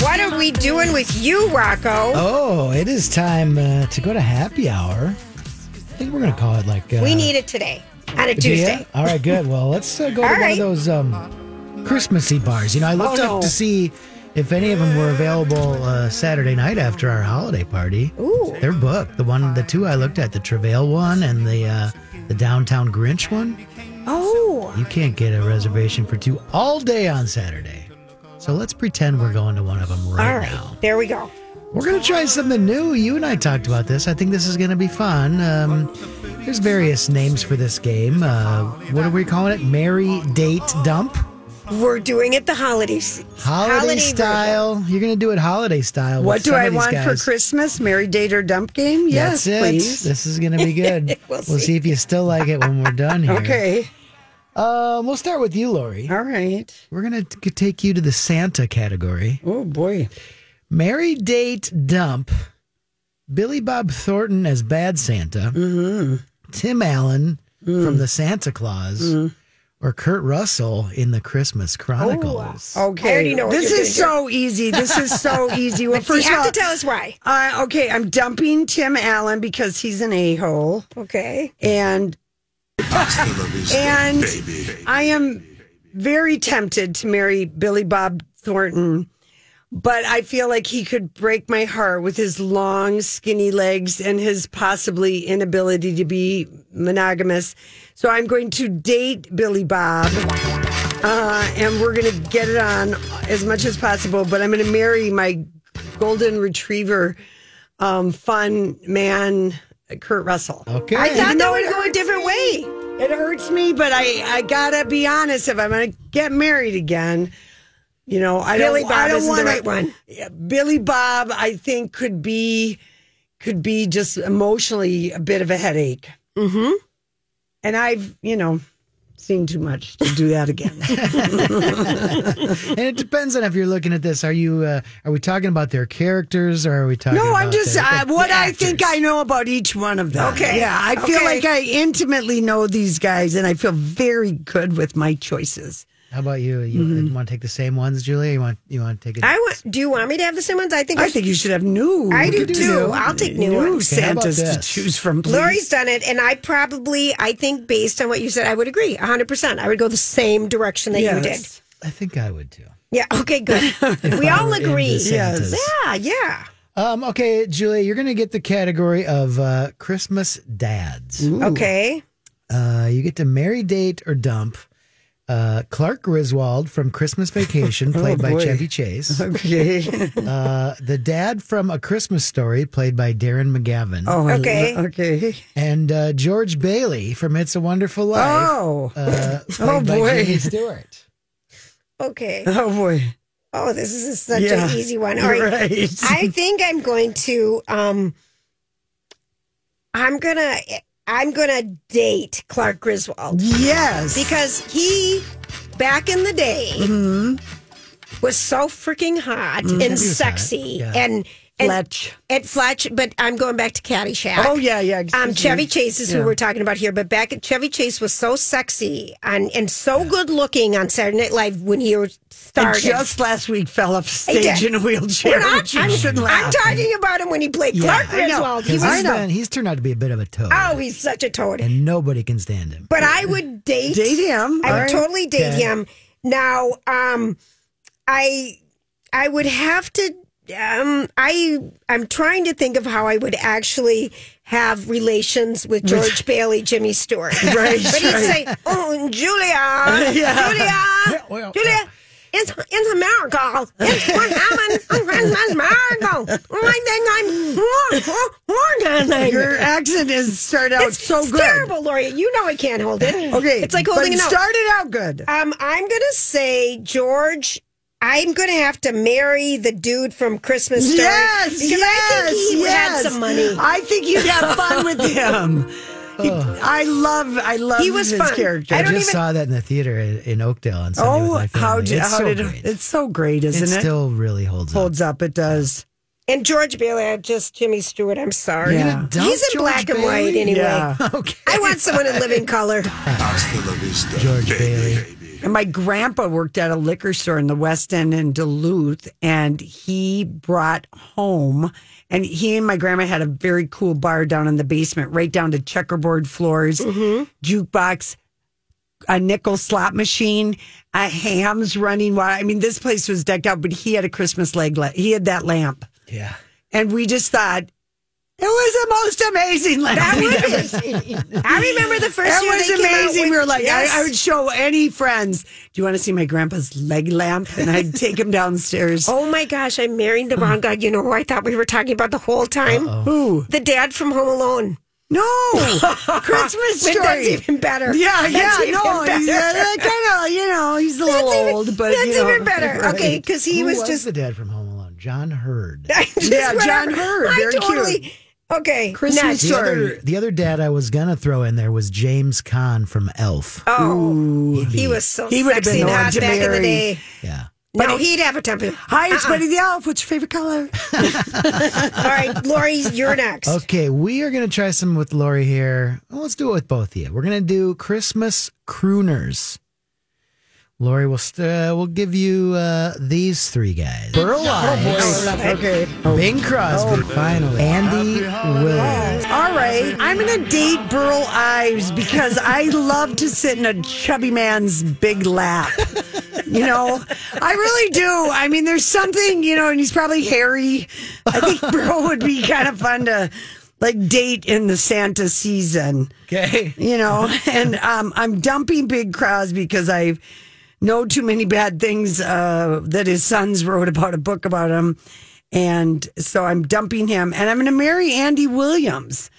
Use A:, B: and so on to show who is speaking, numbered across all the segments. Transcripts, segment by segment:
A: What are we doing with you, Rocco?
B: Oh, it is time uh, to go to happy hour. I think we're going to call it like. Uh,
A: We need it today on a
B: do ya?
A: Tuesday.
B: All right, good. Well, let's uh, go to
A: All
B: one
A: right. Oh,
B: of those um, Christmassy bars. You know, I looked up to see if any of them were available uh, Saturday night after our holiday party.
A: Ooh.
B: They're booked. The one, the two I looked at, the Travail one and the uh, the Downtown Grinch one.
A: Oh,
B: You can't get a reservation for two all day on Saturday. So let's pretend we're going to one of them right,
A: all right.
B: now.
A: There we go.
B: We're going to try something new. You and I talked about this. I think this is going to be fun. Um, there's various names for this game. Uh, what are we calling it? Merry Date Dump?
A: We're doing it the holidays.
B: Holiday, style. You're going to do it holiday style. with
C: What do
B: some
C: I
B: of these
C: want for
B: guys.
C: Christmas? Mary date or dump game? Yes,
B: That's it.
C: please.
B: This is going to be good.
A: We'll
B: see.
A: see.
B: if you still like it when we're done here.
C: Okay.
B: Um, we'll start with you, Lori.
C: All right.
B: We're going to take you to the Santa category.
C: Oh boy.
B: Mary Date Dump, Billy Bob Thornton as Bad Santa, Tim Allen from The Santa Claus, or Kurt Russell in The Christmas Chronicles.
C: Okay.
A: I already know what
C: this
A: you're
C: is
A: gonna
C: so easy. This is so easy. Well,
A: You
C: first of
A: have
C: all,
A: to tell us why.
C: uh, okay, I'm dumping Tim Allen because he's an a hole,
A: Okay.
C: and and I am very tempted to marry Billy Bob Thornton, but I feel like he could break my heart with his long, skinny legs and his possibly inability to be monogamous. So I'm going to date Billy Bob. Uh, and we're going to get it on as much as possible, but I'm going to marry my golden retriever, um, fun man, Kurt Russell.
B: Okay.
A: I thought that
C: Even though
A: would
C: it
A: go a
C: hurts
A: different
C: me.
A: way.
C: It hurts me, but I, I gotta be honest. If I'm gonna get married again, you know, I
A: Billy
C: don't,
A: Bob
C: I don't
A: isn't the
C: want
A: right one.
C: Billy Bob, I think could be, could be just emotionally a bit of a headache. Mm-hmm. And I've, you know, seen too much to do that again.
B: and it depends on if you're looking at this. Are you? Uh, are we talking about their characters, or are we talking?
C: no,
B: about
C: I'm just
B: their-
C: I,
B: the
C: what I think
B: actors?
C: I know about each one of them.
A: Okay.
C: yeah, I feel
A: Okay.
C: like I intimately know these guys, and I feel very good with my choices.
B: How about you? You want to take the same ones, Julia? You want? You want to take it?
A: I want. Do you want me to have the same ones? I think.
C: I think you should have new.
A: I
C: We
A: do
C: could
A: too. I'll take new ones.
B: Okay, how about
C: Santas to
B: this?
C: choose from. Please.
A: Lori's done it, and I probably, I think, based on what you said, I would agree 100%. I would go the same direction that you did.
C: Yes.
B: I think I would too.
A: Yeah, okay, good. we all
B: We're into
A: agree.
B: Santas.
A: Yeah, yeah.
B: Um, okay, Julia, you're going to get the category of uh, Christmas dads.
A: Okay.
B: Uh, you get to marry, date, or dump uh, Clark Griswold from Christmas Vacation, played by
C: Oh, boy.
B: Chevy Chase.
C: Okay.
B: Uh, the dad from A Christmas Story, played by Darren McGavin.
C: Oh, I
A: Okay.
C: lo- Okay.
B: And uh, George Bailey from It's a Wonderful Life,
C: Oh.
B: uh, played
C: Oh,
B: by
C: boy.
B: Jimmy Stewart.
A: Okay.
C: Oh boy.
A: Oh, this is such
C: Yeah.
A: an easy one. All
C: You're
A: right.
C: right.
A: I think I'm going to um I'm going to I'm going to date Clark Griswold
C: yes.
A: because he back in the day
C: Mm-hmm.
A: was so freaking hot and
B: was hot,
A: sexy
B: yeah.
A: and and
C: Fletch.
A: at Fletch, but I'm going back to Caddyshack.
C: Oh yeah, yeah. excuse
A: Um,
C: me.
A: Chevy Chase is
C: Yeah.
A: who we're talking about here, but back at Chevy Chase was so sexy and, and so good looking on Saturday Night Live when he was
C: And
A: started.
C: just last week fell off stage
A: did.
C: in a wheelchair.
A: We're not-
C: which you
A: I'm,
C: shouldn't
A: I'm
C: laugh.
A: talking about him when he played Clark
C: I know.
A: Griswold. He
B: He's,
A: was,
B: been, he's turned out to be a bit of a toad,
A: oh, he's such a toad.
B: and nobody can stand him.
A: But I would date,
C: Date him.
A: I
C: All
A: would
C: right.
A: totally date
B: Okay.
A: him. Now, um, I I would have to. Um, I I'm trying to think of how I would actually have relations with George Bailey, Jimmy Stewart.
C: Right,
A: but he'd
C: right.
A: say, "Oh, Julia,
C: Yeah.
A: Julia,
B: well,
A: Julia." It's, it's America. It's what happened. It's America. I think I'm more, more, more than I-
C: Your accent is started out
A: It's
C: so
A: it's
C: good.
A: terrible, Lori. You know I can't hold it.
C: Okay.
A: It's like
C: but
A: holding
C: it
A: an out.
C: started out good.
A: Um, I'm gonna say George. I'm gonna have to marry the dude from Christmas Story
C: Yes,
A: because I
C: yes,
A: think he
C: yes.
A: had some money.
C: I think you'd have fun with him. He- I love, I love.
A: He was
C: his
A: fun.
C: character.
A: I
B: I,
A: don't
B: just
A: even-
B: saw that in the theater in, in Oakdale on Sunday with
C: oh,
B: my family.
C: how, did,
B: it's
C: how
B: so
C: did
B: great.
C: it's so great, isn't
B: it
C: it?
B: still really holds up.
C: Holds up. It does.
A: And George Bailey, I'm just Jimmy Stewart. I'm sorry.
C: You're gonna
B: dump
A: He's in
B: George
A: black and white
B: Bailey?
A: anyway.
C: Yeah.
B: Okay.
A: I want someone in living color.
B: George Bailey.
C: And my grandpa worked at a liquor store in the West End in Duluth, and he brought home, and he and my grandma had a very cool bar down in the basement, right down to checkerboard floors, jukebox, a nickel slot machine, a hams running water. I mean, this place was decked out, but he had a Christmas leg. la- He had that lamp,
B: Yeah.
C: and we just thought it was the most amazing lamp.
A: That
C: we'd ever
A: was, I remember the first
C: that
A: year
C: was
A: they came out
C: amazing.
A: with-
C: we were like,
A: Yes.
C: I, I would show any friends. Do you want to see my grandpa's leg lamp? And I'd take him downstairs.
A: Oh my gosh, I'm marrying the wrong guy. You know who I thought we were talking about the whole time?
C: Ooh.
A: The dad from Home Alone.
C: no,
A: Christmas
C: Wait,
A: That's
C: That's even
A: even better.
C: yeah, yeah,
A: That's even
C: no,
A: better.
C: he's, uh, kind of, you know, he's a
A: That's
C: little
A: even-
C: old, but
A: that's
C: you know,
A: even better.
C: right.
A: Okay, because he
B: Who
A: was, just.
B: the dad from Home Alone, John Hurd.
A: I just
C: Yeah,
A: whatever.
C: John Hurd,
A: I
C: very cute.
A: totally. Okay,
C: Christmas
A: nuts.
B: The
C: Sorry.
B: other, the other dad I was gonna throw in there was James Caan from Elf.
A: Oh, he was so
C: He would've
A: sexy
C: been
A: and
C: the one
A: hot
C: to
A: back in the
C: marry.
A: day.
B: Yeah.
A: But no, he'd have a temper.
C: Hi,
A: Uh-uh.
C: it's Buddy the Elf. What's your favorite color?
A: All right, Lori, you're next.
B: Okay, we are gonna try some with Lori here. Well, let's do it with both of you. We're gonna do Christmas crooners. Lori will st- uh, will give you uh, these three guys: Burl Ives,
C: okay.
A: Oh,
B: Bing Crosby, finally, Andy Williams.
C: All right, I'm gonna date Burl Ives because I love to sit in a chubby man's big lap. You know, I really do. I mean, there's something, you know, and he's probably hairy. I think Burl would be kind of fun to like date in the Santa season
B: Okay.
C: you know. And um, I'm dumping Big Crosby because I know too many bad things uh, that his sons wrote about a book about him, and so I'm dumping him. And I'm going to marry Andy Williams.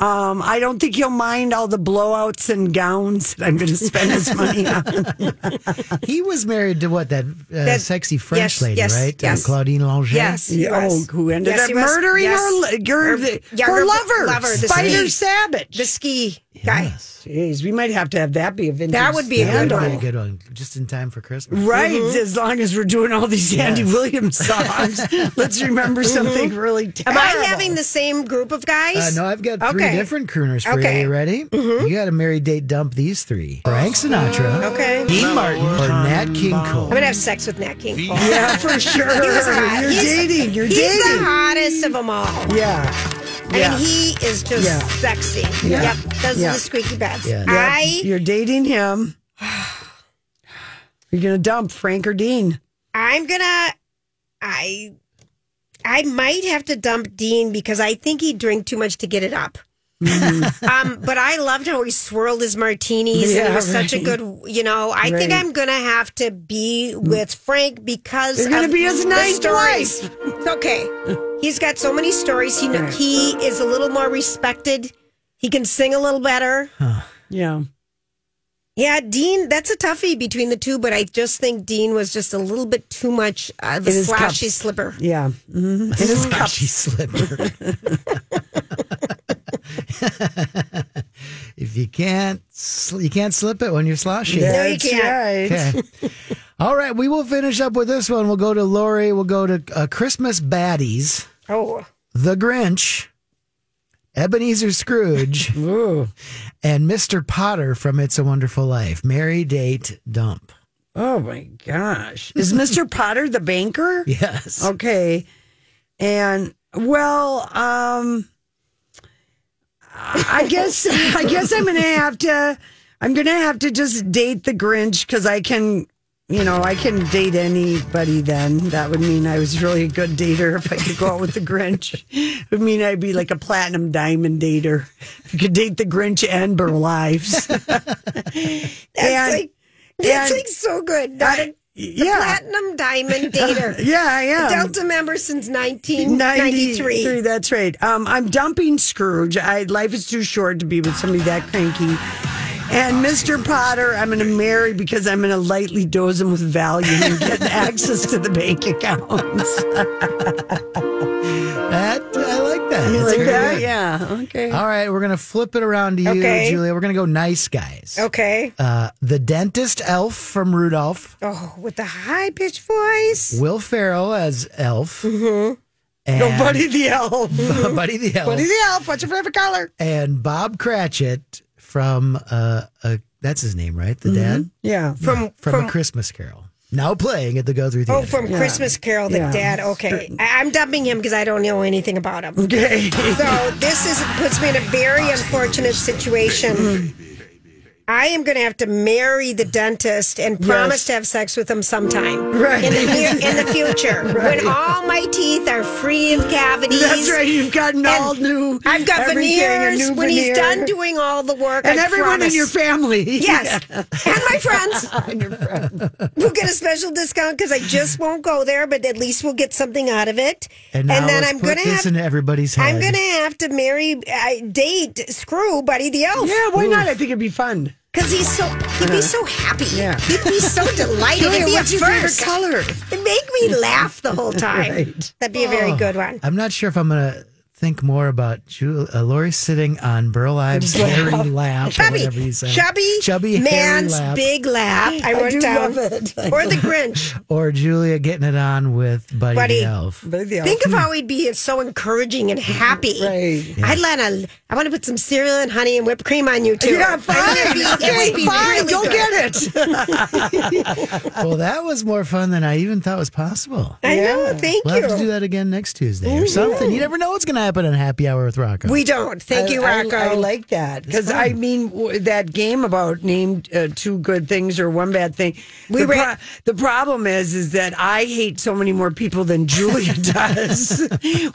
C: Um, I don't think he'll mind all the blowouts and gowns that I'm going to spend his money on.
B: He was married to what that, uh, sexy French
A: yes,
B: lady,
A: yes,
B: right? Uh,
A: yes.
B: Claudine Lange.
A: Yes, he was.
C: Oh, who ended
A: Yes,
C: up
A: he was.
C: murdering
A: Yes.
C: her, her,
A: Her-
C: her,
A: yeah, her
C: lover,
A: lover, the
C: Spider
A: sneak.
C: Savage.
A: The ski guy.
C: Jeez, we might have to have that be a vintage.
A: That would be a
B: That
A: good
B: would be
A: one.
B: a good one, just in time for Christmas.
C: Right,
A: Mm-hmm.
C: as long as we're doing all these Andy Williams songs, let's remember something really
A: Mm-hmm. Am
C: terrible.
A: I having the same group of
B: Uh,
A: guys?
B: no, I've got three
A: Okay.
B: different crooners for
A: Okay. Mm-hmm. Oh.
B: you. You ready? You got to marry, date, dump these three: Frank Sinatra,
A: Okay.
B: Dean Martin, or Nat King Cole.
A: I'm gonna have sex with Nat King Cole.
C: Yeah, for sure.
A: was hot.
C: You're
A: He's-
C: dating. You're
A: He's
C: dating.
A: the hottest of them all.
C: Yeah.
A: I
C: Yeah.
A: mean, he is just
C: Yeah.
A: sexy.
C: Yeah.
A: Yep, those
C: Yeah.
A: are the squeaky bats.
B: Yeah.
A: I
C: You're dating him. You're gonna dump Frank or Dean.
A: I'm gonna I I might have to dump Dean because I think he'd drink too much to get it up.
C: Mm-hmm.
A: um, but I loved how he swirled his martinis and it
C: Yeah,
A: was such a
C: right.
A: good you know, I think
C: Right.
A: I'm gonna have to be with Frank because
C: You're gonna
A: of
C: be his
A: the
C: nice
A: stories.
C: wife.
A: It's okay. He's got so many stories. He kn-
C: Right.
A: he is a little more respected. He can sing a little better.
C: Yeah.
A: Yeah, Dean, that's a toughie between the two, but I just think Dean was just a little bit too much of a
C: In his
A: slashy
C: cups.
A: slipper.
C: Yeah. hmm It is
B: Slouchy slipper. if you can't, sl- you can't slip it when you're slouchy.
A: No, you
C: That's
A: can't.
C: right.
B: Okay. All right, we will finish up with this one. We'll go to Lori. We'll go to uh, Christmas baddies,
A: Oh,
B: The Grinch, Ebenezer Scrooge,
C: Ooh.
B: and Mr. Potter from It's a Wonderful Life. Marry, date, dump.
C: Oh my gosh. Is Mr. Potter the banker?
B: Yes.
A: Oh.
C: Okay. And well, um I guess I guess I'm gonna have to I'm gonna have to just date the Grinch because I can you know, I can date anybody then. That would mean I was really a good dater if I could go out with the Grinch. It would mean I'd be like a platinum diamond dater. If you could date the Grinch and Burl Ives.
A: that's
C: And-
A: like that's
C: and-
A: like so good. Not a
C: yeah.
A: platinum diamond dater.
C: Yeah, yeah.
A: Delta member since 1993.
C: That's right. Um, I'm dumping Scrooge. I, life is too short to be with somebody that cranky. And Mr. Potter, I'm going to marry because I'm going to lightly dose him with Valium and get access to the bank accounts.
B: That I like that.
C: You
B: That's a
C: like
B: good
C: that?
B: one.
C: Yeah. Okay.
B: All right, we're gonna flip it around to you,
A: Okay.
B: Julia. We're gonna go nice guys.
A: Okay.
B: Uh, the dentist elf from Rudolph,
A: Oh, with the high pitched voice.
B: Will Ferrell as elf,
A: Mm-hmm.
B: and
C: Go Buddy the Elf.
B: Buddy the elf,
C: Buddy the Elf. What's your favorite color?
B: and Bob Cratchit from uh, a That's his name, right? The dad
C: Yeah.
A: From
B: from,
A: Mm-hmm. from,
B: A Christmas Carol. Now playing at the Go Through Theater.
A: oh from Christmas Carol, the
C: Yeah.
A: dad. Okay, I, I'm dumping him because I don't know anything about him.
C: Okay.
A: So this is puts me in a very unfortunate situation. I am going to have to marry the dentist and promise
C: Yes.
A: to have sex with him sometime
C: Right.
A: in the near, in the future when all my teeth are free of cavities.
C: That's right. You've gotten
A: And
C: all new.
A: I've got
C: everything,
A: veneers
C: a new
A: when
C: veneer.
A: he's done doing all the work.
C: and
A: I
C: everyone
A: promise.
C: in your family.
A: Yes, and my friends
C: and your friends.
A: will get a special discount because I just won't go there, but at least we'll get something out of it.
B: And, now
A: then
B: let's
A: I'm
B: put
A: going to
B: this
A: have
B: into everybody's head.
A: I'm gonna have to marry, I date, screw Buddy the Elf
C: Yeah, why not? I think it'd be fun.
A: because he's so he'd be so happy.
C: Yeah.
A: he'd be so delighted.
C: Julia,
A: He'd be a
C: what's your favorite
A: first.
C: color?
A: It'd make me laugh the whole time.
C: Right. Oh,
A: That'd be a very good one.
B: Oh, I'm not sure if I'm going to think more about Ju- uh, Lori sitting on Burl Ives' hairy lap. or
A: Chubby,
B: whatever you say.
A: chubby,
B: chubby hairy
A: man's
B: lap,
A: big lap. I
C: I
A: wrote
C: do
A: down,
C: love it. I
A: or the Grinch.
B: Or Julia getting it on with Buddy,
A: Buddy.
B: the Elf.
C: But yeah.
A: Think of how he'd be so encouraging and happy.
C: Right.
A: I'd let a. I want to put some cereal and honey and whipped cream on you too.
C: yeah,
A: I think it'd
C: fine.
A: be- it
C: okay,
A: would be
C: fine.
A: really
C: Go
A: good.
C: get it.
B: Well, that was more fun than I even thought was possible.
A: I know. Thank
B: We'll
A: you.
B: have to do that again next Tuesday or something. You never know what's going to happen on Happy Hour with Rocco.
A: We don't. Thank you,
C: I-
A: Rocco.
C: I, I like that because I mean w- that game about named uh, two good things or one bad thing.
A: We
C: the,
A: were-
C: the problem is, is that I hate so many more people than Julia does.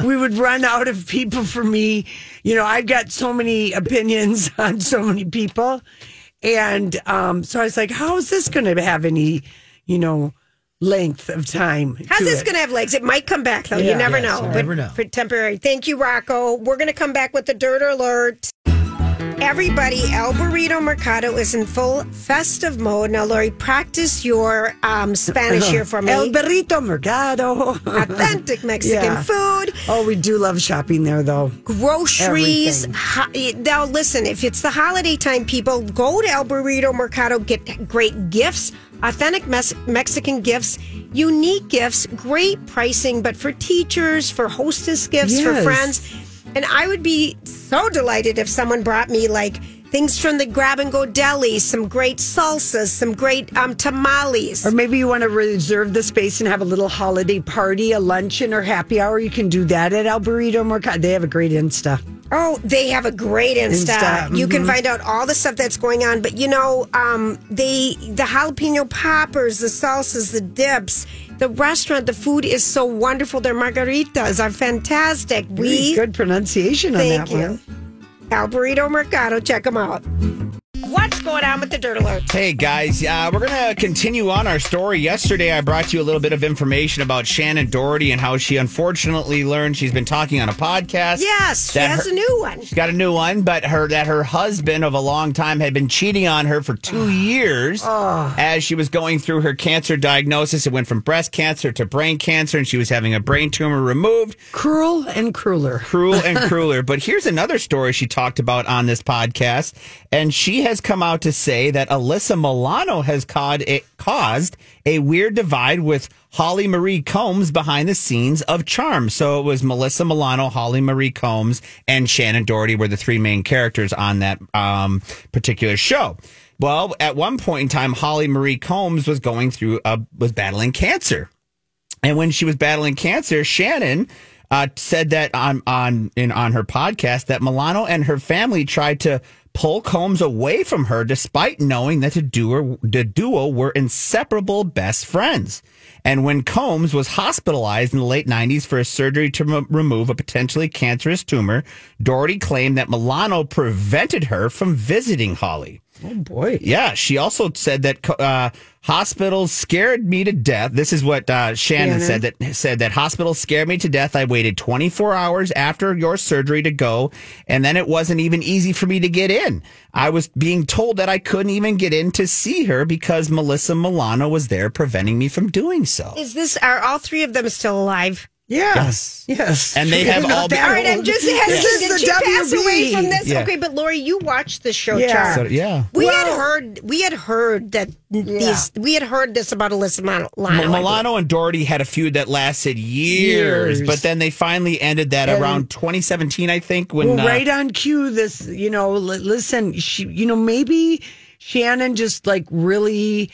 C: we would run out of people for me. You know, I've got so many opinions on so many people, and um, so I was like, how is this going to have any, you know, length of time?
A: How's
C: to
A: this
C: it?
A: going to have legs? It might come back, though. you
C: Yeah.
A: never
B: Yes,
A: know.
B: you
A: but
B: never know.
A: For temporary. Thank you, Rocco. We're going to come back with the dirt alert. Everybody, El Burrito Mercado is in full festive mode. Now, Lori, practice your um, Spanish here for me.
C: Uh-huh. El Berrito Mercado.
A: Authentic Mexican
C: Yeah.
A: food,
C: Oh, we do love shopping there, though.
A: groceries.
C: Everything.
A: Ho- now, listen, if it's the holiday time, people go to El Burrito Mercado, get great gifts, authentic mes- Mexican gifts, unique gifts, great pricing, but for teachers, for hostess gifts, for
C: Yes.
A: friends. And I would be so delighted if someone brought me like things from the grab and go deli, some great salsas, some great um, tamales.
C: Or maybe you want to reserve the space and have a little holiday party, a luncheon or happy hour. You can do that at El Burrito Mercado. They have a great Insta.
A: Oh, they have a great Insta.
C: Insta,
A: You can find out all the stuff that's going on. But you know, um, they the jalapeno poppers, the salsas, the dips, the restaurant, the food is so wonderful. Their margaritas are fantastic. We
C: Good pronunciation on
A: thank
C: that
A: you.
C: one.
A: Al Burrito Mercado, check them out. What's going on with the Dirt Alert?
D: Hey guys, uh, we're going to continue on our story. Yesterday, I brought you a little bit of information about Shannon Doherty and how she unfortunately learned she's been talking on a podcast.
A: Yes, she
D: That
A: has
D: her-
A: a new one.
D: She's got a new one, but her that her husband of a long time had been cheating on her for two years as she was going through her cancer diagnosis. It went from breast cancer to brain cancer, and she was having a brain tumor removed.
C: Cruel and crueler.
D: Cruel and crueler. But here's another story she talked about on this podcast, and she has come out to say that Alyssa Milano has caused a, caused a weird divide with Holly Marie Combs behind the scenes of Charm. So it was Melissa Milano, Holly Marie Combs, and Shannon Doherty were the three main characters on that um, particular show. Well, at one point in time, Holly Marie Combs was going through a, was battling cancer. And when she was battling cancer, Shannon uh, said that on on in on her podcast that Milano and her family tried to pull Combs away from her, despite knowing that the duo the duo were inseparable best friends. And when Combs was hospitalized in the late 90s for a surgery to remo- remove a potentially cancerous tumor, Doherty claimed that Milano prevented her from visiting Holly. Yeah, she also said that uh, hospitals scared me to death. This is what uh, Shannon, said that said that hospitals scared me to death. I waited 24 hours after your surgery to go, and then it wasn't even easy for me to get in. I was being told that I couldn't even get in to see her because Melissa Milano was there preventing me from doing so.
A: Is this are all three of them still alive?
C: Yes. Yes.
D: And they have
C: Not
D: all been-
C: that
A: All right, I'm
C: old.
A: just
C: This
A: asking.
C: is
A: Did
C: the
A: she pass
C: WB.
A: away from this?
D: Yeah.
A: Okay, but Lori, you watched the show, Charm.
C: Yeah.
D: So, yeah.
A: We had
C: Well-
A: heard we had heard that these we had heard this about Alyssa Milano.
D: Milano, and Doherty had a feud that lasted years,
C: Years.
D: but then they finally ended that around 2017, I think. When
C: Well,
D: uh,
C: right on cue. This, you know, li- listen. She, you know, maybe Shannon just like really,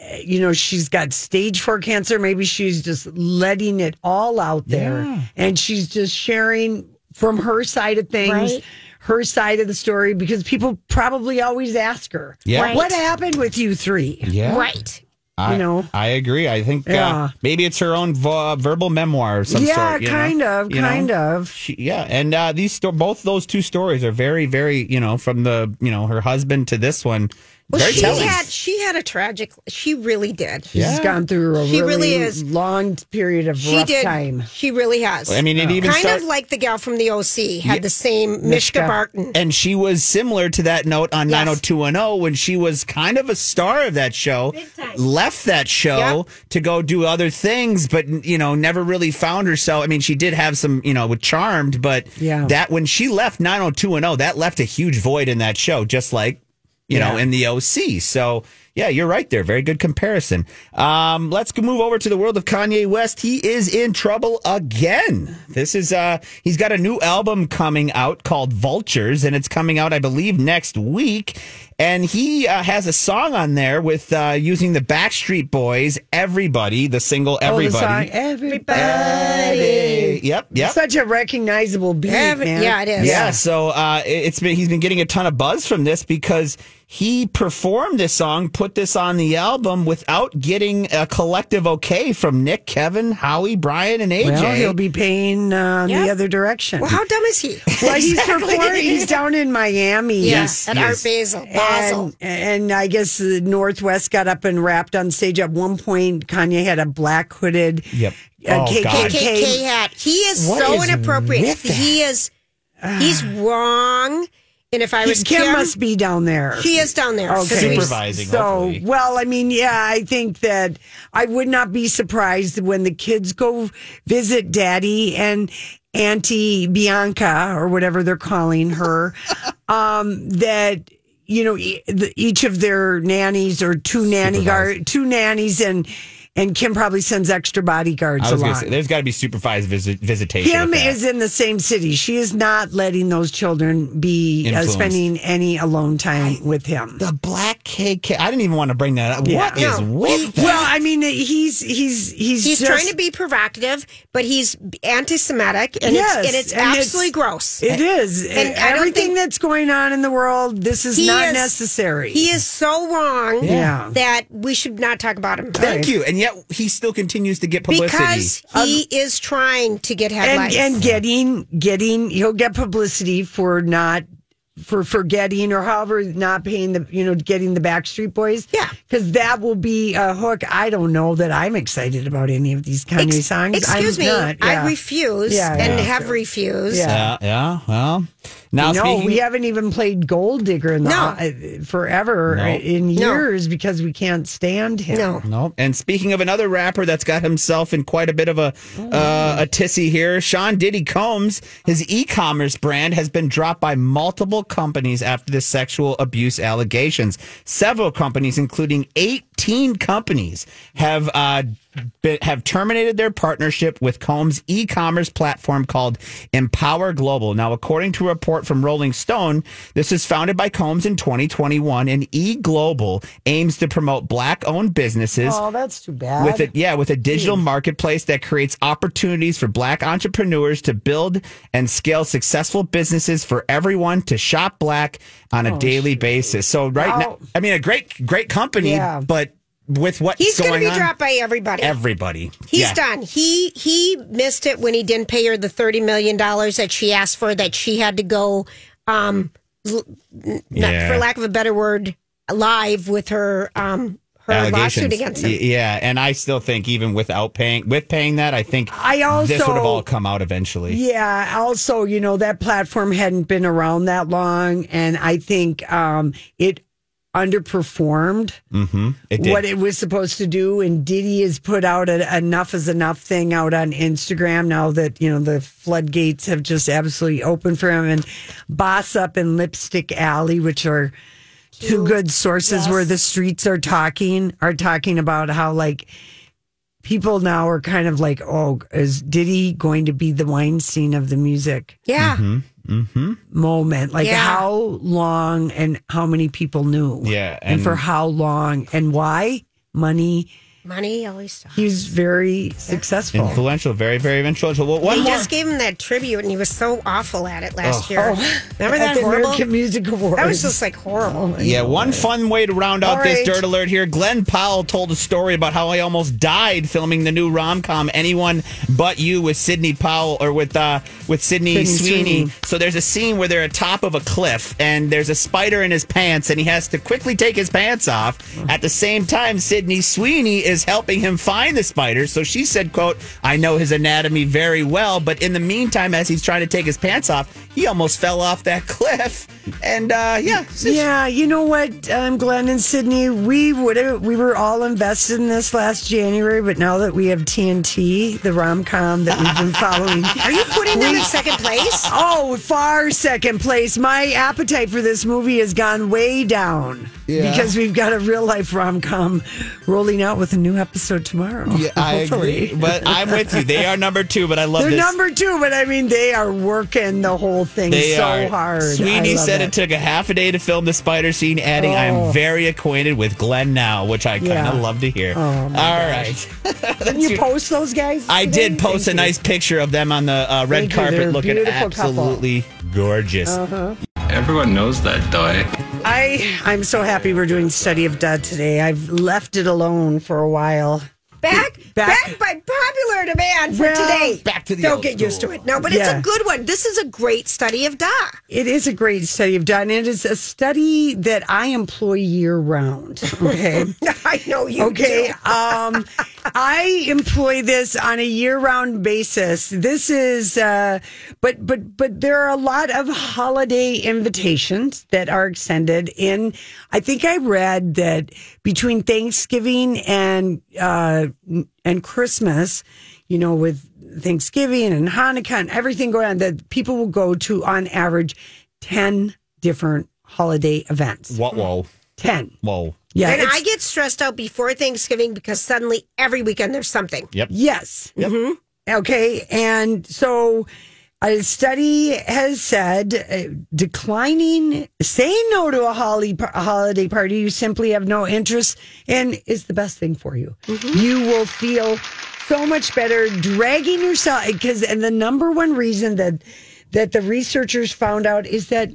C: eh, you know, she's got stage four cancer. Maybe she's just letting it all out there, and she's just sharing from her side of things.
E: Right.
C: Her side of the story because people probably always ask her,
D: Yeah. Right.
C: What happened with you three?
D: Yeah.
E: Right.
D: I,
C: you know.
D: I agree. I think uh,
C: Yeah.
D: maybe it's her own vo- verbal memoir of some
C: yeah,
D: sort. you know?
C: kind of,
D: You know?
C: kind of.
D: She, yeah, and uh, these sto- both those two stories are very, very you know from the you know her husband to this one.
A: Well,
D: very
A: she
D: telling.
A: had she had a tragic. She really did.
C: She's gone through a
A: She really
C: really,
A: is.
C: long period of
A: She
C: rough
A: did.
C: time.
A: She really has.
D: I mean, it even
A: kind
D: start-
A: of like the gal from the OC had the same Mishka,
C: Mishka.
A: Barton.
D: and she was similar to that note on 90210 when she was kind of a star of that show left that show to go do other things but you know never really found herself i mean she did have some you know with charmed but
C: Yeah.
D: that when she left 90210 that left a huge void in that show just like you know in the oc so yeah you're right there very good comparison um, let's go move over to the world of kanye west he is in trouble again this is uh he's got a new album coming out called vultures and it's coming out i believe next week and he uh, has a song on there with uh, using the backstreet boys everybody the single
C: Oh, the song,
D: everybody
C: everybody.
D: yep yep
C: Such a recognizable beat,
A: Every-
C: man.
A: yeah, it is.
D: Yeah, so uh, it- it's been he's been getting a ton of buzz from this because he performed this song, put this on the album without getting a collective okay from Nick, Kevin, Howie, Brian, and AJ.
C: Well, he'll be paying uh, in
A: Yeah.
C: the other direction.
A: Well,
C: Well,
A: how dumb is he?
C: he's performing. He's down in Miami.
D: Yes,
A: at
D: yes.
A: Art Basel, Basel.
C: And, and I guess the Northwest got up and rapped on stage. At one point, Kanye had a black hooded
D: Yep.
C: uh,
D: Oh, God.
A: KKK hat. He is
D: What
A: so
D: is
A: inappropriate.
D: with that?
A: He is he's wrong. And if I was
C: His Kim,
A: Kim,
C: must be down there.
A: he is down there. 'Cause
C: Okay.
A: we've-
D: Supervising,
C: So,
D: hopefully.
C: well, I mean, yeah, I think that I would not be surprised when the kids go visit daddy and Auntie Bianca or whatever they're calling her, um, that you know e- the- each of their nannies or two nanny guard, two nannies and and Kim probably sends extra bodyguards
D: I was
C: along.
D: gonna say, there's got to be supervised visit, visitation.
C: Kim
D: with that.
C: is in the same city. She is not letting those children be uh,
D: Influenced.
C: spending any alone time with him.
D: the black KK. I didn't even want to bring that up. What
A: Yeah.
D: is
A: No.
D: with that?
C: Well, I mean, he's he's he's
A: He's
C: just-
A: trying to be provocative, but he's anti-Semitic, and
C: Yes,
A: it's and it's
C: and it's-
A: absolutely gross.
C: It is
A: And I don't
C: everything
A: think-
C: that's going on in the world. This is
A: He
C: not
A: is-
C: necessary.
A: He is so wrong
C: Yeah.
A: that we should not talk about him
D: Thank you. And yet he still continues to get publicity.
A: because he is trying to get
C: and
A: headlines.
C: and getting getting he'll get publicity for not for forgetting or however not paying the you know getting the Backstreet Boys.
A: Yeah.
C: because that will be a hook. I don't know that I'm excited about any of these Kanye
A: Ex-
C: songs.
A: excuse
C: I'm
A: me,
C: not, yeah.
A: I refuse
C: Yeah,
A: and
C: yeah.
A: have refused.
C: Yeah.
D: yeah, yeah. Well, now
C: no,
D: speaking,
C: we haven't even played Gold Digger in the
A: No.
C: uh, forever
D: No.
C: in
A: No.
C: years because we can't stand him.
A: No.
D: No. And speaking of another rapper that's got himself in quite a bit of a uh, a tissy here, Sean Diddy Combs, his e-commerce brand has been dropped by multiple companies after the sexual abuse allegations. Several companies, including 18 companies, have uh, be- have terminated their partnership with Combs' e-commerce platform called Empower Global. Now, according to a report from Rolling Stone, this is founded by Combs in 2021, and E Global aims to promote black-owned businesses
C: Oh, that's too bad.
D: with it yeah with a digital marketplace that creates opportunities for black entrepreneurs to build and scale successful businesses for everyone to shop black on
A: Oh,
D: a daily basis so right now
C: Wow.
D: i mean a great great company
C: Yeah.
D: but with what's
A: He's
D: going
A: going to be
D: on
A: dropped by everybody.
D: everybody
A: He's
D: Yeah.
A: done. He he missed it when he didn't pay her the thirty million dollars that she asked for. That she had to go, um, l- n-
D: Yeah.
A: for lack of a better word, live with her um her lawsuit
D: allegations
A: against him.
D: Y- yeah and i still think even without paying with paying that i think
C: I also
D: this would have all come out eventually
C: Yeah. Also, you know, that platform hadn't been around that long. And I think um, it underperformed
D: mm-hmm. it did
C: what it was supposed to do. And Diddy has put out a enough is enough thing out on Instagram now that, you know, the floodgates have just absolutely opened for him. And Boss Up and Lipstick Alley, which are two good sources where the streets are talking, are talking about how, like, people now are kind of like, oh, is Diddy going to be the Weinstein of the music?
D: mm-hmm.
A: Yeah,
C: moment. Like
A: Yeah.
C: how long and how many people knew.
D: Yeah,
C: And,
D: and-
C: for how long and why? Money.
A: Money always talks.
C: He was very successful.
D: Influential, very, very influential. Well, one
A: He
D: more.
A: just gave him that tribute, and he was so awful at it last year. Remember
C: Oh. At
A: that
C: the
A: horrible?
C: American Oh, Music Awards.
A: That was just like horrible.
D: Yeah, one fun way to round out
A: All
D: this
A: right.
D: dirt alert here. Glenn Powell told a story about how he almost died filming the new rom com "Anyone But You" with Sidney Powell or with uh, with Sidney,
C: Sidney
D: Sweeney.
C: Sweeney.
D: So there's a scene where they're atop of a cliff and there's a spider in his pants and he has to quickly take his pants off. At the same time, Sidney Sweeney is helping him find the spider. So she said, "quote I know his anatomy very well, but in the meantime, as he's trying to take his pants off, he almost fell off that cliff." And uh, yeah,
C: Yeah, you know what, um, Glenn and Sydney, we would have we were all invested in this last January, but now that we have TNT, the rom com that we've been following,
A: Are you putting them in second place?
C: Oh, far second place. My appetite for this movie has gone way down because we've got a real life rom com rolling out with a new episode tomorrow.
D: Yeah, I agree. But I'm with you. They are number two, but I love
C: They're
D: this.
C: number two, but I mean, they are working the whole thing
D: they
C: so
D: are.
C: hard. I
D: Sweeney
C: love Oh.
D: said it. took a half a day to film the spider scene, adding, I am very acquainted with Glenn now, which I kind
C: Yeah. Oh
D: of love to hear. All right.
C: Didn't you post those guys?
D: I
C: today?
D: did post a
C: Thank you.
D: nice picture of them on the uh,
C: Thank
D: red
C: you.
D: carpet
C: They're a
D: looking
C: beautiful couple. Uh-huh.
D: absolutely gorgeous.
E: Everyone knows that, though.
C: I I'm so happy we're doing study of dead today. I've left it alone for a while.
A: Back, back,
C: Back.
A: by popular demand for
C: Well,
A: today.
D: back to the
A: Don't
D: old
A: get used to
D: school.
A: it. No, but it's
C: Yeah.
A: a good one. This is a great study of Da.
C: It is a great study of done. It is a study that I employ year round. Okay.
A: I know you.
C: Okay.
A: do.
C: Um, I employ this on a year-round basis. This is, uh, but but but there are a lot of holiday invitations that are extended. In I think I read that between Thanksgiving and uh, and Christmas, you know, with Thanksgiving and Hanukkah and everything going on, that people will go to on average ten different holiday events.
D: Whoa, whoa,
C: Ten.
D: whoa.
C: Yeah.
A: And
C: it's-
A: I get stressed out before Thanksgiving because suddenly every weekend there's something.
C: Yes. Mm-hmm. Okay. And so a study has said uh, declining, say no to a, holly, a holiday party you simply have no interest in is the best thing for you. You will feel so much better dragging yourself because, and the number one reason that, that the researchers found out is that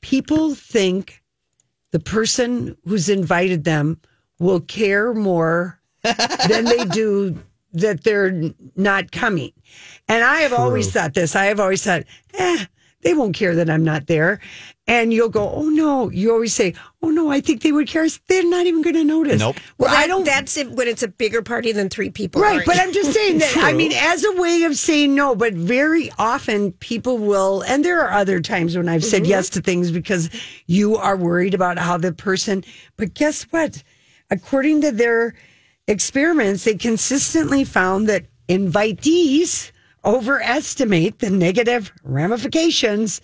C: people think the person who's invited them will care more than they do that they're n- not coming. And I have always thought this. I have always thought, eh, they won't care that I'm not there. And you'll go, oh no. You always say, oh no, I think they would care. They're not even going to notice.
D: Nope.
C: Well, I
A: That-
C: don't.
A: That's if, when it's a bigger party than three people.
C: Right,
A: are
C: but
A: in.
C: I'm just saying that. I mean, as a way of saying no, but very often people will, and there are other times when I've
A: Mm-hmm.
C: said yes to things because you are worried about how the person. But guess what? According to their experiments, they consistently found that invitees overestimate the negative ramifications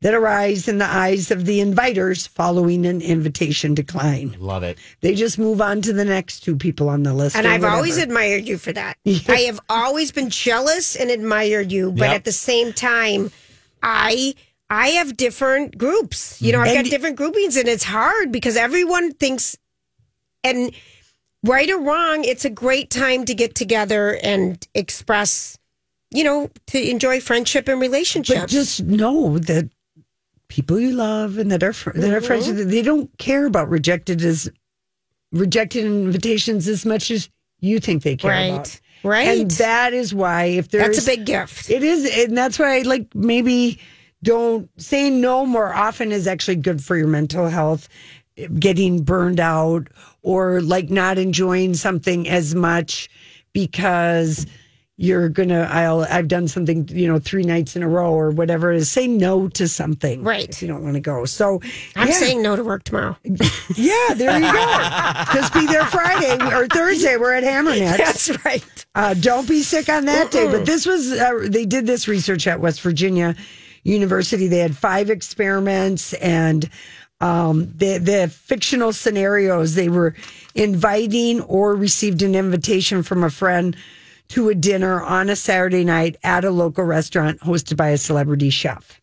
C: that arise in the eyes of the inviters following an invitation decline.
D: Love it.
C: They just move on to the next two people on the list.
A: and
C: or
A: I've always
C: whatever.
A: admired you for that. I have always been jealous and admired you, but
D: Yep.
A: at the same time, I I have different groups. You know, I've
C: And-
A: got different groupings, and it's hard because everyone thinks, and right or wrong, it's a great time to get together and express, you know, to enjoy friendship and relationships.
C: But just know that people you love and that are fr- that are friends
A: Mm-hmm.
C: with you, they don't care about rejected as rejected invitations as much as you think they care
A: right,
C: about.
A: right.
C: And that is why if there's
A: That's a big gift.
C: it is and that's why like maybe don't say no more often is actually good for your mental health getting burned out or like not enjoying something as much because you're gonna i'll i've done something you know three nights in a row or whatever is say no to something
A: Right.
C: if you don't want to go so
A: I'm
C: yeah.
A: saying no to work tomorrow.
C: yeah there you go just be there friday or thursday we're at hammerhead
A: That's right.
C: uh, don't be sick on that day. But this was, uh, they did this research at West Virginia University. They had five experiments and um, the, the fictional scenarios they were inviting or received an invitation from a friend to a dinner on a Saturday night at a local restaurant hosted by a celebrity chef.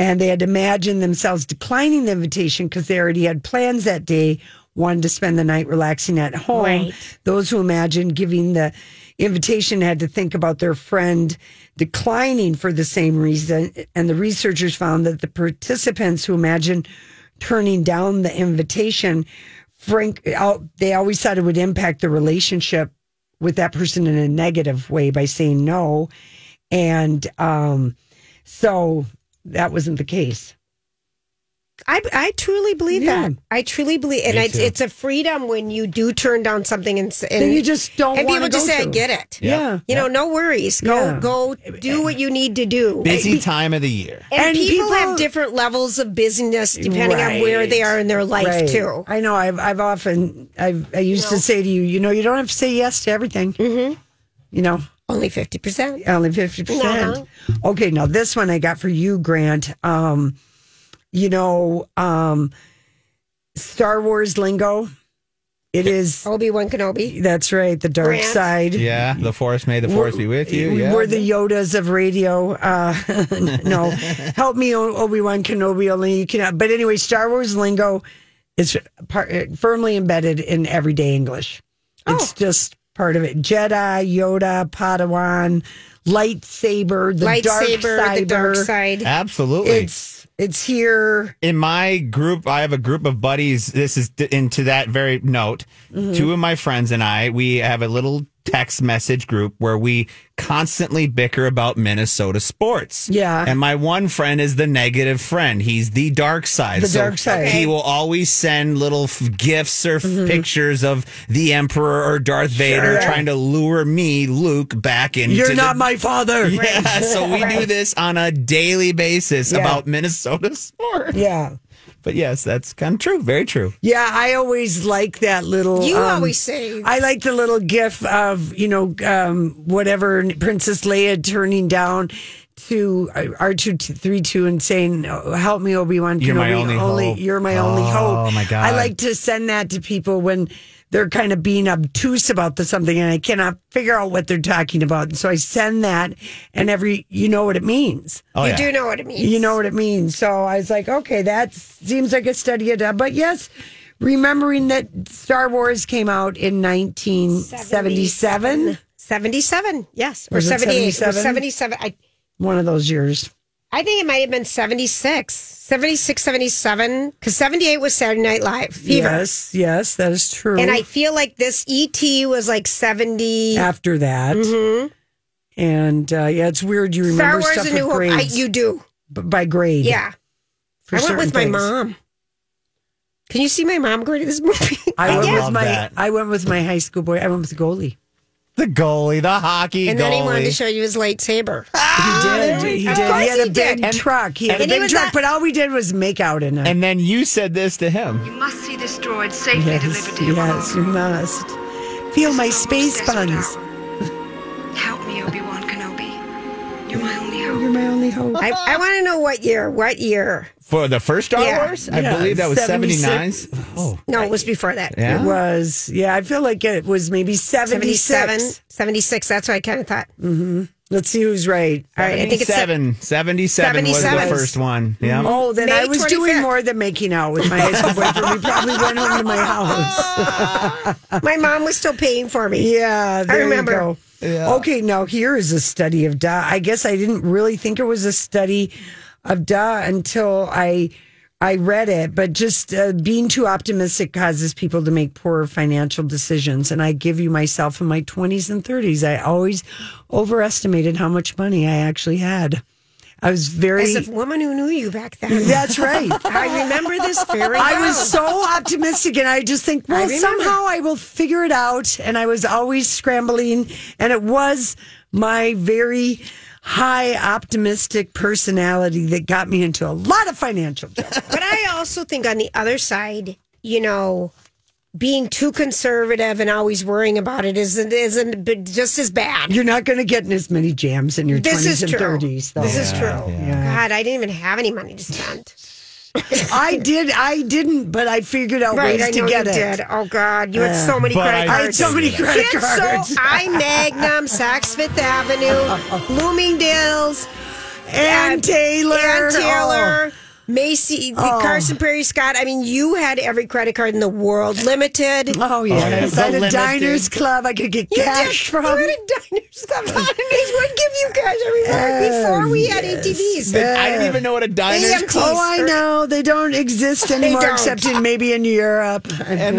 C: and they had imagined themselves declining the invitation because they already had plans that day, wanted to spend the night relaxing at home.
A: Right.
C: Those who imagined giving the invitation had to think about their friend declining for the same reason. And the researchers found that the participants who imagined turning down the invitation, frank, out, they always thought it would impact the relationship with that person in a negative way by saying no. And um, so that wasn't the case.
A: I, I truly believe
C: Yeah.
A: that. I truly believe, and
D: Me
A: it's,
D: too.
A: it's a freedom when you do turn down something and, s- and
C: Then you just don't
A: and
C: wanna
A: people just
C: go
A: say,
C: to.
A: "I get it."
C: Yeah.
A: You know, no worries. Go
C: Yeah.
A: go do what you need to do.
D: Busy time of the year.
A: And,
C: And
A: people,
C: people-
A: have different levels of busyness depending on where they are in their life
C: Right.
A: too.
C: I know. I've I've often I've I used to say to you, you know, you don't have to say yes to everything. Mm-hmm. You know,
A: Only fifty percent.
C: only 50%. Okay, now this one I got for you, Grant. Um, you know, um, Star Wars lingo. It is.
A: Obi Wan Kenobi.
C: That's right. The dark
A: Grant.
C: side.
D: Yeah, the forest may the forest be with you.
C: We
D: Yeah.
C: We're the Yodas of radio. Uh, no, help me, Obi Wan Kenobi. Only you can. But anyway, Star Wars lingo is part, uh, firmly embedded in everyday English.
A: Oh.
C: It's just part of it. Jedi, Yoda, Padawan, lightsaber, the
A: Lightsaber,
C: dark
A: the dark
C: cyber.
A: side.
D: Absolutely.
C: It's it's here.
D: in my group, I have a group of buddies. This is d- into that very note.
C: Mm-hmm.
D: Two of my friends and I, we have a little text message group where we constantly bicker about Minnesota sports.
C: Yeah.
D: And my one friend is the negative friend. He's the dark side.
C: The dark side. Mm-hmm.
D: He will always send little f- gifts or f- pictures of the Emperor or Darth Vader
C: Sure.
D: trying to lure me, Luke, back into
C: You're
D: the
C: not my father.
D: yeah, so we do this on a daily basis
C: Yeah.
D: about Minnesota sports.
C: Yeah.
D: But yes, that's kind of true. Very true.
C: Yeah, I always like that little.
A: You
C: um,
A: always say
C: I like the little gif of you know um, whatever Princess Leia turning down to uh, R two three two and saying, "Oh, "Help me, Obi Wan
D: You're my
C: Kenobi.
D: only hope."
C: You're my only hope."
D: Oh, my God.
C: I like to send that to people when they're kind of being obtuse about the something and I cannot figure out what they're talking about. And so I send that, and every you know what it means.
D: Oh,
A: you
D: yeah.
A: do know what it means.
C: You know what it means. So I was like, okay, that seems like a study of But yes, remembering that Star Wars came out in 1977,
A: 77, yes. Or
C: Was it
A: 78.
C: 77?
A: 77? 77. I,
C: one of those years.
A: I think it might have been 76. 76, 77. Because 78 was Saturday Night Live. Fever.
C: Yes, yes, that is true.
A: And I feel like this ET was like 70.
C: after that. And uh, yeah, it's weird you
A: Mm-hmm. Star
C: remember
A: Wars
C: stuff
A: A
C: with
A: New Hope. I,
C: grades,
A: you do.
C: b- by grade.
A: Yeah.
C: for
A: I went
C: certain
A: with my
C: things.
A: mom. Can you see my mom going to this movie?
C: I,
D: I
C: went
D: love
C: with my
D: that.
C: I went with my high school boy. I went with the goalie.
D: The goalie, the hockey
A: and
D: goalie.
A: then he wanted to show you his lightsaber. Ah,
C: he did. He did. He
A: course
C: had a
A: he
C: big
A: did.
C: truck. He had a
A: and he
C: big
A: was
C: truck,
A: a-
C: but all we did was make out in it.
D: and then you said this to him.
F: must see this droid safely delivered
C: Yes,
F: to your
C: yes, you
F: home.
C: must. Feel my
F: This is
C: space
F: our most
C: buns.
F: desperate hour. Help me, Obi-Wan Kenobi. You're my only hope.
C: You're my only hope.
A: I, I want to know what year. What year?
D: For the first Star
A: Yeah.
D: Wars? I
C: Yeah,
D: believe that was
C: 76.
D: 79. Oh,
A: No, it was before that.
C: It
D: yeah.
C: was, yeah, I feel like it was maybe 76.
A: 77, 76. That's what I kind of thought.
C: Let's see who's right.
A: All right. I think it's Mm-hmm.
D: 77. 77 was the
A: 77.
D: first one. Yeah.
C: Oh, then
A: May
C: I was doing
A: 25th.
C: more than making out with my high school boyfriend. We probably went home to my house.
A: My mom was still paying for me.
C: Yeah, there
A: remember.
C: you go. Okay, now here is a study of da. I guess I didn't really think it was a study of da until I I read it, but just uh, being too optimistic causes people to make poor financial decisions. And I give you myself in my 20s and 30s, I always overestimated how much money I actually had. I was very
A: As a woman who knew you back then.
C: That's right.
A: I remember this very well.
C: I was so optimistic, and I just think, well,
A: remember.
C: somehow I will figure it out. And I was always scrambling, and it was my very high optimistic personality that got me into a lot of financial trouble.
A: but I also think on the other side, you know, being too conservative and always worrying about it isn't isn't b- just as bad.
C: You're not going to get in as many jams in your
A: this is
C: twenties and
A: true.
C: thirties, though.
A: This is true. God, I didn't even have any money to spend.
C: I did, I didn't, but I figured out
A: Right, I
C: ways
A: know
C: to get
A: you
C: it.
A: did. Oh God, you had so many
D: But
A: credit
D: I-
A: cards.
C: I had so many credit
A: Kids,
C: cards.
A: So I Magnum, Saks Fifth Avenue, Bloomingdale's.
C: Ann Taylor.
A: Ann
C: Oh.
A: Taylor, Macy, Carson Perry Scott. I mean, you had every credit card in the world. Limited.
C: Oh, yes.
B: The
C: I had a
B: Limited.
C: diners club I could get
A: You
C: cash
A: did.
C: from.
A: You had a diners club. They would give you cash every morning before we had ATVs.
D: I didn't even know what a diner's
A: AMT.
D: club
C: Oh, I know. They don't exist anymore
A: don't.
C: except in maybe in Europe.
D: and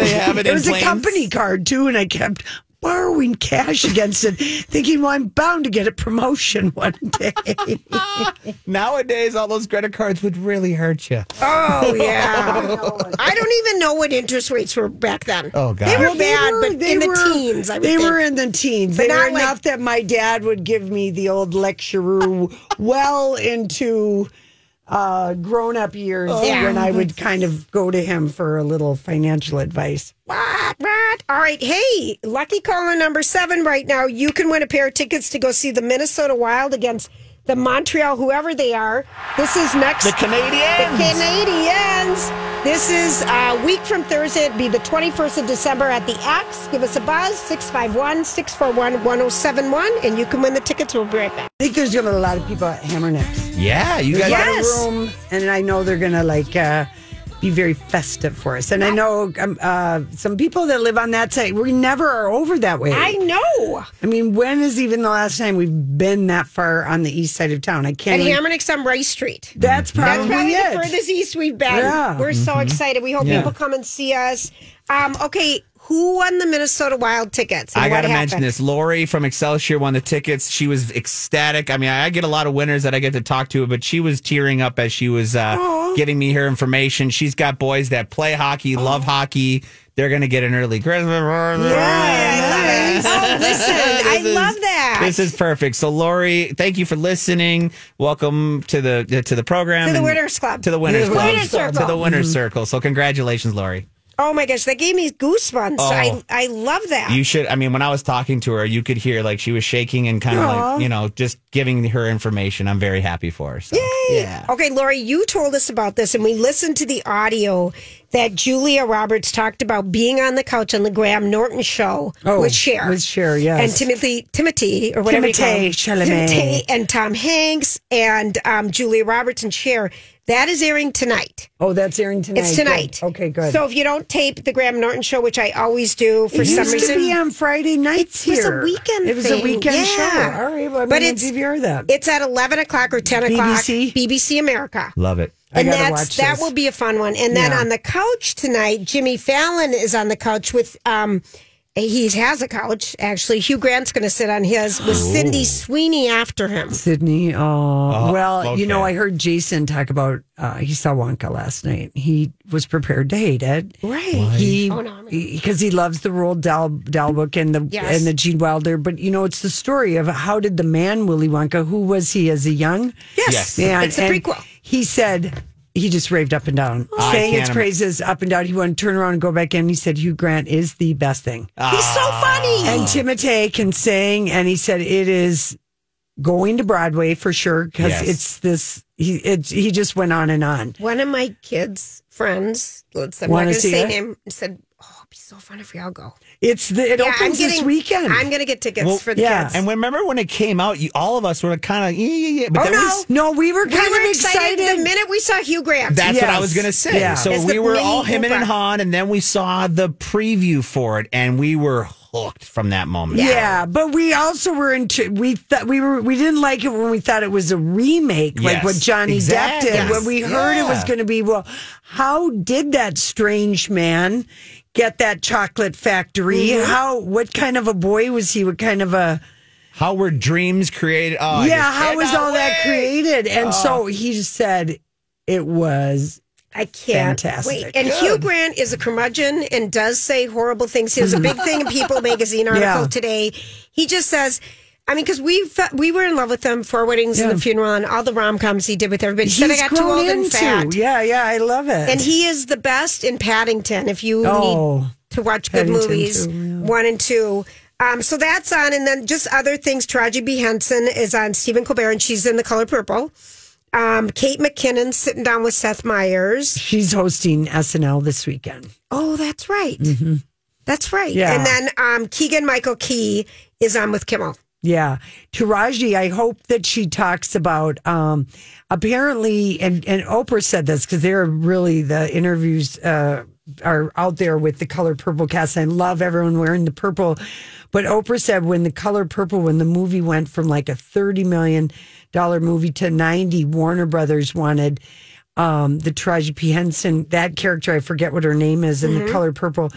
D: they have it.
C: It
D: in
C: was
D: planes.
C: a company card too, and I kept borrowing cash against it, thinking, "Well, I'm bound to get a promotion one day."
D: Nowadays, all those credit cards would really hurt you.
A: Oh yeah. I don't even know what interest rates were back then.
D: Oh, God.
A: They were
D: Well,
C: They
A: bad,
C: were-
A: but
C: they
A: in
C: were-
A: the teens. I would
C: they
A: think.
C: were in the teens.
A: But
C: they were
A: not like-
C: enough that my dad would give me the old lecture room well into uh, grown-up years
A: Oh, Yeah.
C: when I would kind of go to him for a little financial advice.
A: What? What? All right. Hey, lucky caller number seven right now. You can win a pair of tickets to go see the Minnesota Wild against the Montreal, whoever they are. This is next.
D: The Canadians.
A: Canadians. This is a week from Thursday. It'd be the 21st of December at the X. Give us a buzz, 651 641 1071, and you can win the tickets. We'll be right back.
C: I think there's going to be a lot of people at Hammernecks.
D: yeah, you guys.
A: Yeah.
C: lot of
A: Yes.
C: room, and I know they're gonna like uh, be very festive for us. And I know um, uh, some people that live on that side. We never are over that way.
A: I
C: I,
A: know.
C: mean, when is even the last time we've been that far on the east side of town? I
A: At
C: can't. even-
A: Hammernix on Rice Street. That's
C: that's probably,
A: probably
C: it.
A: the furthest east we've been.
C: Yeah.
A: We're so excited. We hope
D: Mm-hmm. Yeah.
A: people come and see us. Um, okay, who won the Minnesota Wild tickets? and
D: I
A: what
D: gotta mention
A: happened?
D: this. Lori from Excelsior won the tickets. She was ecstatic. I mean, I get a lot of winners that I get to talk to, but she was tearing up as she was uh, giving me her information. She's got boys that play hockey,
A: Oh.
D: love hockey. They're gonna get an early Christmas.
A: I love it. Oh, listen, I
D: This is-
A: love that.
D: This is perfect. So, Lori, thank you for listening. Welcome to the to the program
A: To the
D: and-
A: Winners Club. Mm-hmm.
D: To the winners
A: To the
D: club.
A: Winners Circle.
D: To the winners circle. So, congratulations, Lori.
A: Oh my gosh, that gave me goosebumps. I
D: Oh.
A: I love that.
D: You should. I mean, when I was talking to her, you could hear like she was shaking and kind of like you know just giving her information. I'm very happy for her. So. Yeah.
A: Okay, Lori, you told us about this, and we listened to the audio that Julia Roberts talked about being on the couch on the Graham Norton show with Cher.
C: Oh, with Cher, yes.
A: And Timothy, Timothy, or whatever you call him.
C: Timothée Chalamet.
A: Timothée and Tom Hanks and um, Julia Roberts and Cher. That is airing tonight.
C: Oh, that's airing tonight.
A: It's tonight.
C: Good. Okay, good.
A: So if you don't tape the Graham Norton show, which I always do for
C: it
A: some
C: used
A: reason,
C: to be on Friday nights
A: It was a
C: here.
A: weekend
C: It was
A: thing.
C: a weekend
A: Yeah.
C: show. All right, well, I'm
A: But
C: gonna
A: it's-
C: DVR that.
A: It's at 11 o'clock or 10 o'clock.
C: BBC?
A: BBC America.
D: Love it.
A: And
C: gotta
A: that's
C: watch
A: that
C: this.
A: will be a fun one. And then
C: Yeah.
A: on the couch tonight, Jimmy Fallon is on the couch with um he has a couch actually. Hugh Grant's going to sit on his with
C: Oh.
A: Cindy Sweeney after him.
C: Sydney. Oh, well, you know,
D: okay.
C: I heard Jason talk about uh, he saw Wonka last night. He was prepared to hate it.
A: Right.
C: He
A: Oh, no, I mean-
C: because he loves the Roald Dahl, Dahl book and the
A: Yes.
C: and the Gene Wilder. But you know, it's the story of how did the man Willy Wonka? Who was he as a young?
D: Yes.
C: man?
A: It's the
C: And
A: prequel.
C: He said. He just raved up and down,
D: I
C: saying
D: can't
C: its
D: im-
C: praises up and down. He wanted to turn around and go back in. He said, Hugh Grant is the best thing.
A: He's so
C: Ah.
A: funny.
D: Uh,
C: And Timotei can sing, and he said it is going to Broadway for sure because
D: Yes.
C: it's this. He it, he just went on and on.
A: one of my kids' friends, let's I'm not
C: Wanna
A: going to
C: see
A: say
C: it?
A: name, said, "Oh, it'd be so fun if y'all go."
C: It's the, it
A: Yeah,
C: opens this weekend.
A: I'm going to get tickets
D: Well,
A: for the
C: yeah.
A: kids.
D: And remember when it came out, you, all of us were kind of yeah, yeah, yeah. But
A: Oh,
D: that
A: no.
D: was,
C: no, we were kind
A: we were
C: of
A: excited,
C: excited.
A: the minute we saw Hugh Grant.
D: that's what I
C: Yes.
D: was gonna say.
C: Yeah.
D: So
A: It's
D: we
A: the
D: were
A: mini
D: all him and
A: Oprah.
D: Han, and then we saw the preview for it, and we were hooked from that moment.
C: yeah. but we also were into we thought we were we didn't like it when we thought it was a remake, like
D: Yes,
C: what Johnny
D: exactly.
C: Depp did. When we heard it was
D: Yeah.
C: going to be, well, how did that strange man get that chocolate factory?
A: Mm-hmm.
C: How what kind of a boy was he? What kind of a
D: How were dreams created? Oh, I
C: yeah,
D: just
C: how was
D: cannot
C: all that
D: wait.
C: created?
A: Oh.
C: And so he just said it was.
A: I can't.
C: Fantastic.
A: Wait. And Hugh Grant is a curmudgeon and does say horrible things. There's a big thing in People magazine article
C: Yeah.
A: today. He just says, I mean, because we fe- we were in love with him for weddings and the funeral and all the rom coms he did with everybody. He said I got too old and fat.
C: Yeah, yeah, I love it.
A: And he is the best in Paddington. If you
C: Oh.
A: need to watch good
C: Paddington
A: movies,
C: too, yeah.
A: one and two. Um, so that's on, and then just other things. Taraji B Henson is on Stephen Colbert, and she's in The Color Purple. Um, Kate McKinnon sitting down with Seth Meyers.
C: she's hosting SNL this weekend.
A: Oh, that's right. That's right.
C: Yeah.
A: And then um, Keegan Michael Key is on with Kimmel.
C: Yeah. Taraji, I hope that she talks about um apparently and and Oprah said this cuz they're really the interviews uh are out there with the color purple cast. I love everyone wearing the purple. But Oprah said when the color purple when the movie went from like a 30 million dollar movie to 90 Warner Brothers wanted um the Taraji P Henson that character I forget what her name is in the color purple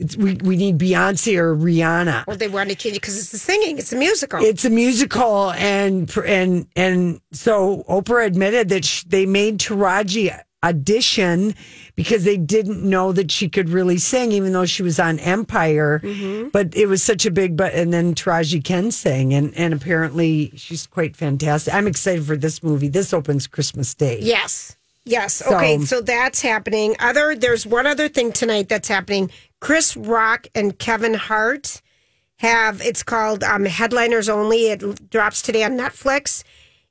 C: it's, we we need Beyonce or Rihanna.
A: Well, they wanted to change it because it's the singing, it's a musical.
C: It's a musical, and and and so Oprah admitted that sh they made Taraji audition because they didn't know that she could really sing, even though she was on Empire.
A: Mm-hmm.
C: But it was such a big but, and then Taraji can sing, and and apparently she's quite fantastic. I'm excited for this movie. This opens Christmas Day.
A: yes. Yes. Okay. So that's happening. Other there's one other thing tonight that's happening. Chris Rock and Kevin Hart have it's called um, Headliners Only. It drops today on Netflix.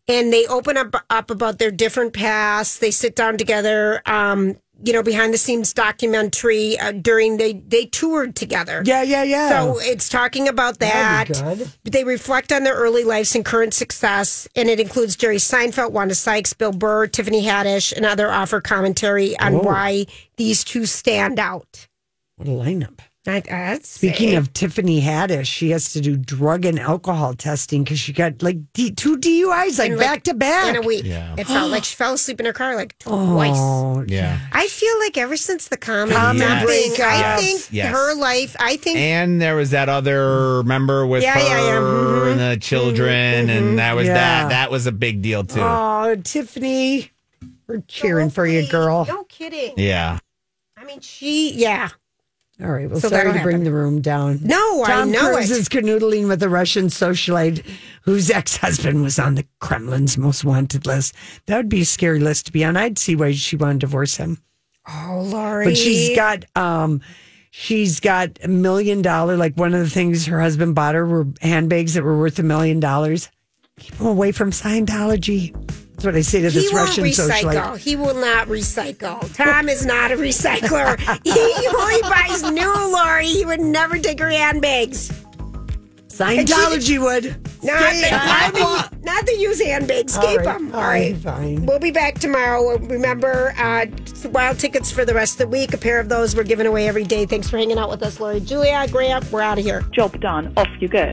A: And they open up up about their different pasts. They sit down together. Um, you know, behind the scenes documentary uh, during they they toured together.
C: Yeah, yeah, yeah.
A: So it's talking about that. They reflect on their early lives and current success, and it includes Jerry Seinfeld, Wanda Sykes, Bill Burr, Tiffany Haddish, and other offer commentary
C: Oh.
A: on why these two stand out.
C: what a lineup.
A: I, I'd say-
C: Speaking of Tiffany Haddish, she has to do drug and alcohol testing because she got like D- two DUIs like
A: And, like,
C: back to back.
A: in a week, it felt like she fell asleep in her car like twice.
C: Oh,
D: Yeah.
A: I feel like ever since the comedy,
D: Comedy
A: thing,
C: breakup.
A: I
D: Yes,
A: think
D: yes.
A: her life. I think
D: And there was that other member with
A: Yeah,
D: her
A: yeah, Mm-hmm. yeah.
D: and the children, and that was
C: Yeah.
D: that. That was a big deal too.
C: oh, Tiffany, we're cheering for you, girl.
A: No kidding.
D: Yeah.
A: I mean, she. Yeah.
C: All right, well,
A: So
C: sorry to
A: that'll
C: bring
A: happen.
C: the room down.
A: No,
C: Tom
A: I know
C: Cruise
A: it.
C: is canoodling with a Russian socialite whose ex-husband was on the Kremlin's most wanted list. That would be a scary list to be on. I'd see why she wanted to divorce him.
A: oh, Laurie.
C: But she's got um she's got a million dollar like one of the things her husband bought her were handbags that were worth a million dollars. Keep him away from Scientology. That's what I say to
A: He
C: this
A: won't
C: Russian socialite.
A: recycle. He will not recycle. Tom is not a recycler. he only buys new Lori. He would never take her handbags.
C: Scientology would.
A: Not that, not, that, not that use handbags. Keep them. All right.
C: fine.
A: We'll be back tomorrow. Remember, uh, wild tickets for the rest of the week. A pair of those we're giving away every day. Thanks for hanging out with us, Lori. Julia, Grant, we're out of here.
G: Job done. Off you go.